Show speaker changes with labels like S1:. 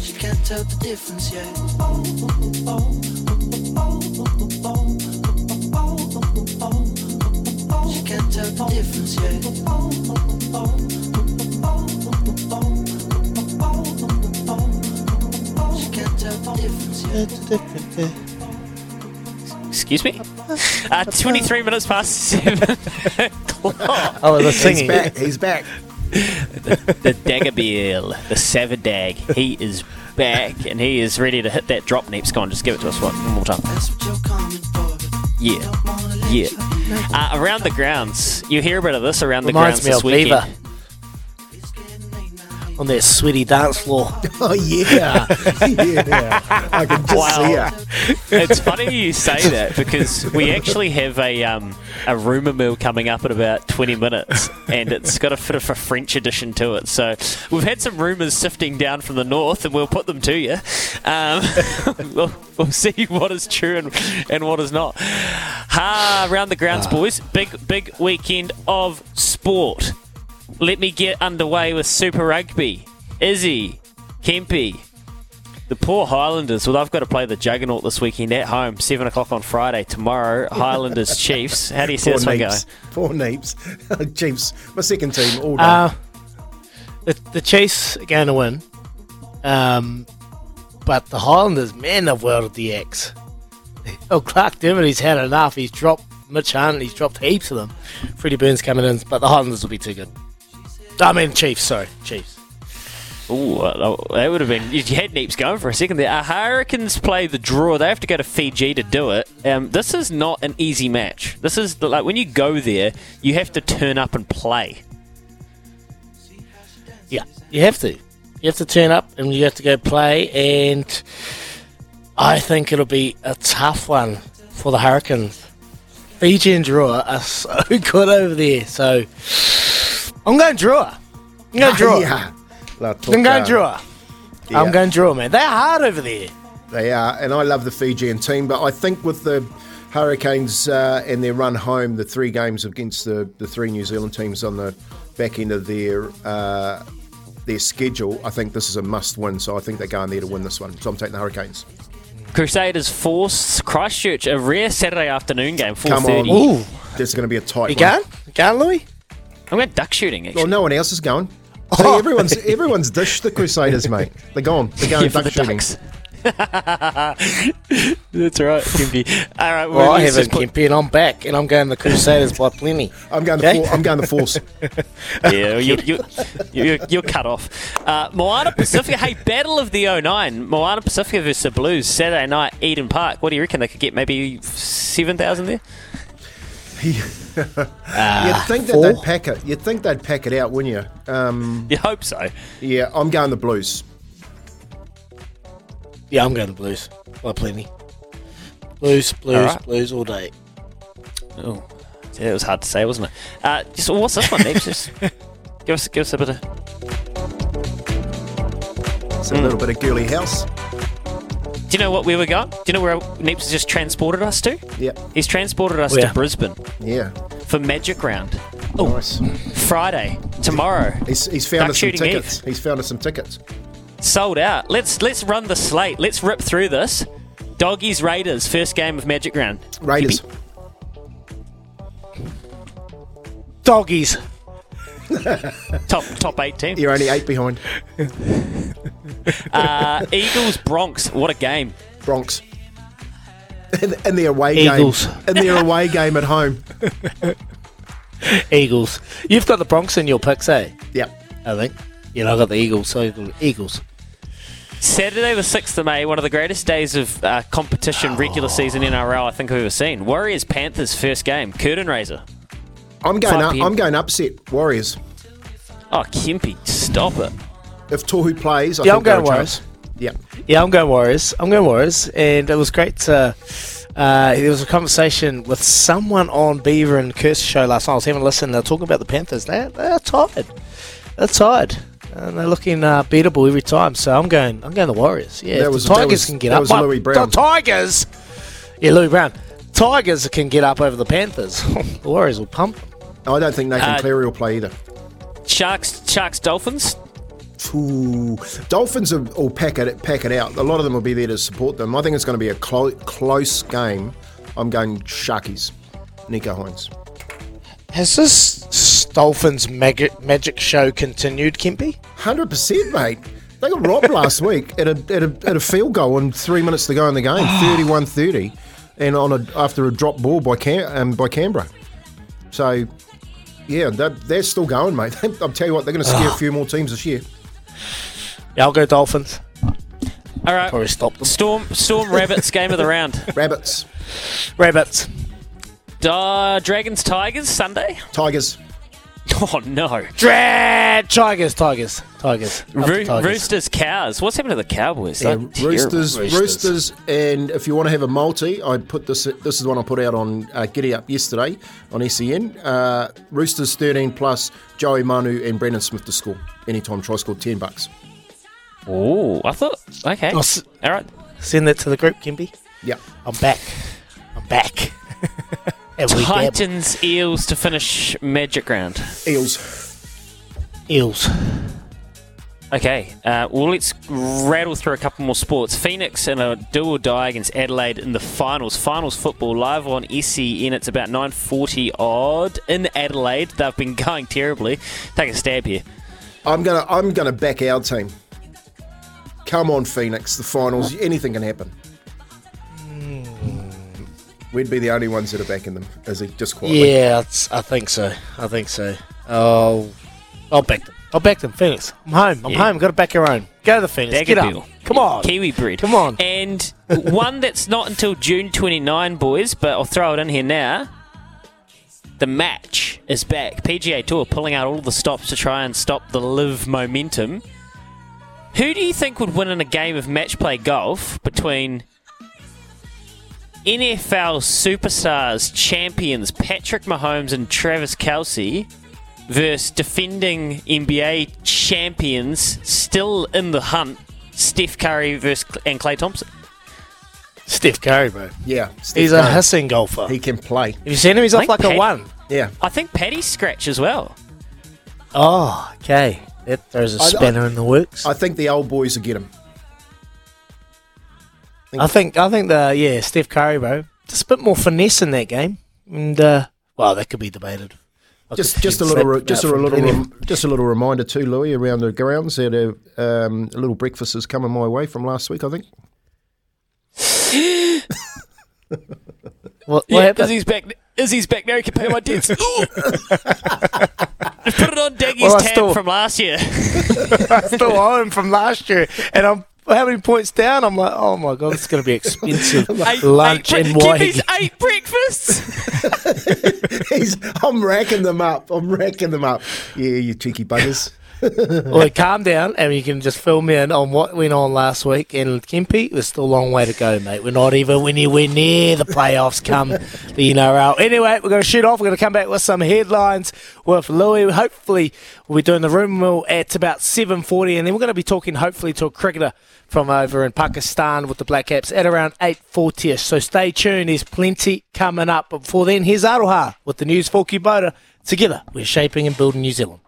S1: She can't tell the difference yet. She can't tell the difference yet. She can't tell the difference yet.
S2: Excuse me? Uh, 23 minutes past 7 o'clock.
S3: Oh, the singing.
S4: He's back. He's back.
S2: The Dagger Bill, the Severed Dag, he is back and he is ready to hit that drop next. Go on, just give it to us one, one more time.
S1: That's what you're coming for. but
S2: Yeah.
S1: Don't wanna let
S2: Yeah.
S1: you know.
S2: Uh, around the grounds, you hear a bit of this around the grounds
S3: Reminds me
S2: this
S3: of
S2: weekend.
S3: Beaver
S1: It's getting late now.
S3: on their sweaty dance floor.
S4: Oh yeah, yeah. I can just see
S2: Wow.
S4: her.
S2: it's funny you say that because we actually have a um, a rumor mill coming up in about 20 minutes and it's got a bit of a French addition to it. So we've had some rumors sifting down from the north and we'll put them to you. Um, we'll, we'll see what is true and, and what is not. Ha, around Ah, the grounds,
S4: Ah.
S2: boys. Big, big weekend of sport. Let me get underway with Super Rugby. Izzy, Kempi, the poor Highlanders. Well, they've got to play the juggernaut this weekend at home, seven o'clock on Friday. Tomorrow, Highlanders Chiefs. How do you see
S4: Poor
S2: this one going?
S4: Neeps. Poor Neeps. Chiefs. My second team all day.
S3: Uh, the, the Chiefs are going to win. Um, but the Highlanders, man, they've whirled the axe. Oh, Clark Dermody's had enough. He's dropped Mitch Hunt. He's dropped heaps of them. Freddie Burns coming in, but the Highlanders will be too good. I mean, Chiefs, sorry. Chiefs.
S2: Ooh, uh, that would have been. You had Neeps going for a second there. Uh, Hurricanes play the draw. They have to go to Fiji to do it. Um, this is not an easy match. This is the- like when you go there, you have to turn up and play.
S3: Yeah, you have to. You have to turn up and you have to go play. And I think it'll be a tough one for the Hurricanes. Fiji and Draw are so good over there. So I'm going Draw. I'm going Draw.
S4: Yeah. La
S3: I'm going
S4: Toka.
S3: Draw.
S4: Yeah.
S3: I'm going Draw, man. They're hard over there.
S4: They are, and I love the Fijian team, but I think with the Hurricanes uh, and their run home, the three games against the, the three New Zealand teams on the back end of their uh, their schedule, I think this is a must win. So I think they're going there to win this one. So I'm taking the Hurricanes.
S2: Crusaders force Christchurch a rare Saturday afternoon game, four
S4: Come on,
S2: thirty.
S3: Ooh.
S4: this is going to be a tight
S3: You
S4: one.
S3: going? You going, Louis?
S2: I'm going duck shooting. Actually.
S4: Well, no one else is going. See, everyone's everyone's dished the Crusaders, mate. They're gone. They're going
S2: Yeah, for
S4: duck
S2: the
S4: shooting.
S2: ducks. That's right, Kimpy. All right,
S3: Well,
S2: well,
S3: I
S2: let's
S3: haven't,
S2: just put-
S3: Kempi, and I'm back, and I'm going the Crusaders by plenty.
S4: I'm going. The
S3: Okay.
S4: for, I'm going the force.
S2: Yeah, you, you, you, you're cut off. Uh, Moana Pacifica, hey, Battle of the 09. Moana Pacifica versus the Blues, Saturday night, Eden Park. What do you reckon they could get? Maybe 7,000 there?
S4: You'd think
S3: Ah,
S4: that
S3: four?
S4: they'd pack it. You'd think they'd pack it out, wouldn't you? Um,
S2: You hope so.
S4: yeah, I'm going the Blues.
S3: Yeah, I'm going the Blues by plenty. Blues, blues,
S2: Alright.
S3: blues all day.
S2: Oh, yeah, it was hard to say, wasn't it? Uh, just What's this one, Nate? Just give us, give us a bit of.
S4: It's a
S3: Mm.
S4: little bit of girly house.
S2: Do you know what where we got? Do you know where Neeps has just transported us to?
S4: Yeah,
S2: He's transported us
S3: Where?
S2: to Brisbane
S4: yeah.
S2: for Magic Round.
S4: Nice.
S2: Friday, tomorrow.
S4: He's, he's found
S2: Duck
S4: us some
S2: shooting Eve.
S4: tickets. He's found us some tickets.
S2: sold out. Let's let's run the slate. Let's rip through this. Doggies Raiders first game of Magic Round.
S4: Raiders.
S3: Doggies.
S2: Top top eight team.
S4: You're only eight behind.
S2: Uh, Eagles Bronx, what a game!
S4: Bronx. In, in the away
S3: Eagles.
S4: game. In their away game at home.
S3: Eagles. You've got the Bronx in your picks, eh?
S4: Yep.
S3: I think. You know, I got the Eagles, so I've got the Eagles.
S2: Saturday the sixth of May, one of the greatest days of uh, competition, regular season NRL I think I've ever seen. Warriors Panthers first game, curtain raiser.
S4: I'm going
S2: 5
S4: up,
S2: p.m.
S4: I'm going upset. Warriors.
S2: Oh, Kempi, stop it!
S4: If Tohu plays, I
S3: Yeah, I'm going
S4: think they're a
S3: Warriors.
S4: chance. Yeah.
S3: Yeah, I'm going Warriors. I'm going Warriors, and it was great. To, uh, there was a conversation with someone on Beaver and Kirst show last night. I was having a listen. They're talking about the Panthers. They they're tired. They're tired, and they're looking uh, beatable every time. So I'm going. I'm going the Warriors. Yeah,
S4: That
S3: if
S4: was-
S3: the
S4: that
S3: Tigers
S4: was-
S3: can get
S4: that
S3: up.
S4: was
S3: well,
S4: Louis Brown.
S3: The Tigers. Yeah, Louis Brown. Tigers can get up over the Panthers. the Warriors will pump. them.
S4: I don't think Nathan
S2: Uh,
S4: Cleary will play either.
S2: Sharks, Sharks Dolphins.
S4: Ooh. Dolphins will will pack it pack it out. A lot of them will be there to support them. I think it's going to be a clo- close game. I'm going Sharkies. Nico Hines.
S3: Has this Dolphins magic magic show continued, Kempy?
S4: Hundred percent, mate. They got robbed last week at a, at a at a field goal and three minutes to go in the game, 31-30, and on a after a drop ball by Cam, um, by Canberra. So, yeah, they're, they're still going, mate. I'll tell you what, they're going to scare a few more teams this year.
S3: Yeah, I'll go Dolphins.
S2: All right,
S3: Probably stop them.
S2: Storm Storm Rabbits game of the round.
S4: Rabbits,
S3: Rabbits.
S2: Da- Dragons Tigers Sunday.
S4: Tigers,
S2: Oh no!
S3: Dread Ah, Tigers, Tigers, Tigers. Up the
S2: Roo-
S3: Tigers.
S2: Roosters Cows. What's happened to the Cowboys?
S4: yeah,
S2: They're terrible.
S4: roosters, roosters, Uh, and if you want to have a multi, I put this. This is one I put out on uh, Giddy Up yesterday on SEN. Uh, roosters thirteen plus Joey Manu and Brendan Smith to score anytime try score ten bucks.
S2: Oh, I thought. Okay.
S3: Oh, s-
S2: All right.
S3: Send that to the group, Kimby.
S4: Yeah.
S3: I'm back. I'm back. and we Titan.
S2: Titans Eels to finish Magic Round.
S4: Eels.
S3: Eels.
S2: Okay. Uh, well, let's rattle through a couple more sports. Phoenix in a do or die against Adelaide in the finals. Finals football live on SEN. It's about 9:40 odd in Adelaide. They've been going terribly. Take a stab here.
S4: I'm gonna I'm gonna back our team. Come on, Phoenix, the finals, anything can happen.
S3: Hmm.
S4: We'd be the only ones that are backing them, as he just quietly.
S3: Yeah, it's, I think so. I think so. Oh, I'll back them. I'll back them. Phoenix. I'm home. I'm
S2: Yeah.
S3: home. Got to back your own. Go to the Phoenix.
S2: Bag
S3: Get
S2: of
S3: up.
S2: deal.
S3: Come on.
S2: Kiwi bread.
S3: Come on.
S2: And one that's not until June 29, boys, but I'll throw it in here now. The match is back. PGA Tour pulling out all the stops to try and stop the live momentum. Who do you think would win in a game of match play golf between NFL superstars, champions Patrick Mahomes and Travis Kelsey versus defending NBA champions still in the hunt, Steph Curry versus Cl- and Clay Thompson.
S3: Steph Curry, bro.
S4: Yeah, Steph
S3: He's a
S4: Curry.
S3: hissing golfer.
S4: He
S3: Have
S4: can play.
S3: you seen him? He's off
S2: Like
S3: like a
S2: Pat-
S3: one.
S4: Yeah,
S2: I think Patty scratch as well.
S3: Oh, okay. That throws a
S4: I- I-
S3: spanner in the works.
S4: I think the old boys will get him.
S3: I think I think the yeah Steph Curry bro, just a bit more finesse in that game, and uh, well that could be debated. I
S4: Just
S3: could
S4: just a
S3: slap
S4: little re-
S3: him
S4: just a
S3: out from
S4: little
S3: plenty of-
S4: rem- just a little reminder too, Louis, around the grounds that a, um, a little breakfast is coming my way from last week. I think
S3: what, what happened?
S2: Izzy's back. Izzy's back now. He can pay my debts. Ooh. Put it on Daggy's
S3: Well, I
S2: tab
S3: still-
S2: from last year.
S3: still home from last year, and I'm how many points down? I'm like, oh my god, it's going to be expensive lunch
S2: eight,
S3: in
S2: bre-
S3: Waiheke.
S2: Kiwis, eight breakfasts.
S4: he's. I'm racking them up. I'm racking them up. Yeah, you cheeky buggers.
S3: Well, calm down, and you can just fill me in on what went on last week. And Kempi, there's still a long way to go, mate. We're not even anywhere near the playoffs come the NRL. Anyway, we're going to shoot off. We're going to come back with some headlines with Louis. Hopefully, we'll be doing the room mill at about 7.40, and then we're going to be talking, hopefully, to a cricketer from over in Pakistan with the Black Caps at around 8.40ish. So stay tuned. There's plenty coming up. But before then, here's Aroha with the news for Kubota. Together, we're shaping and building New Zealand.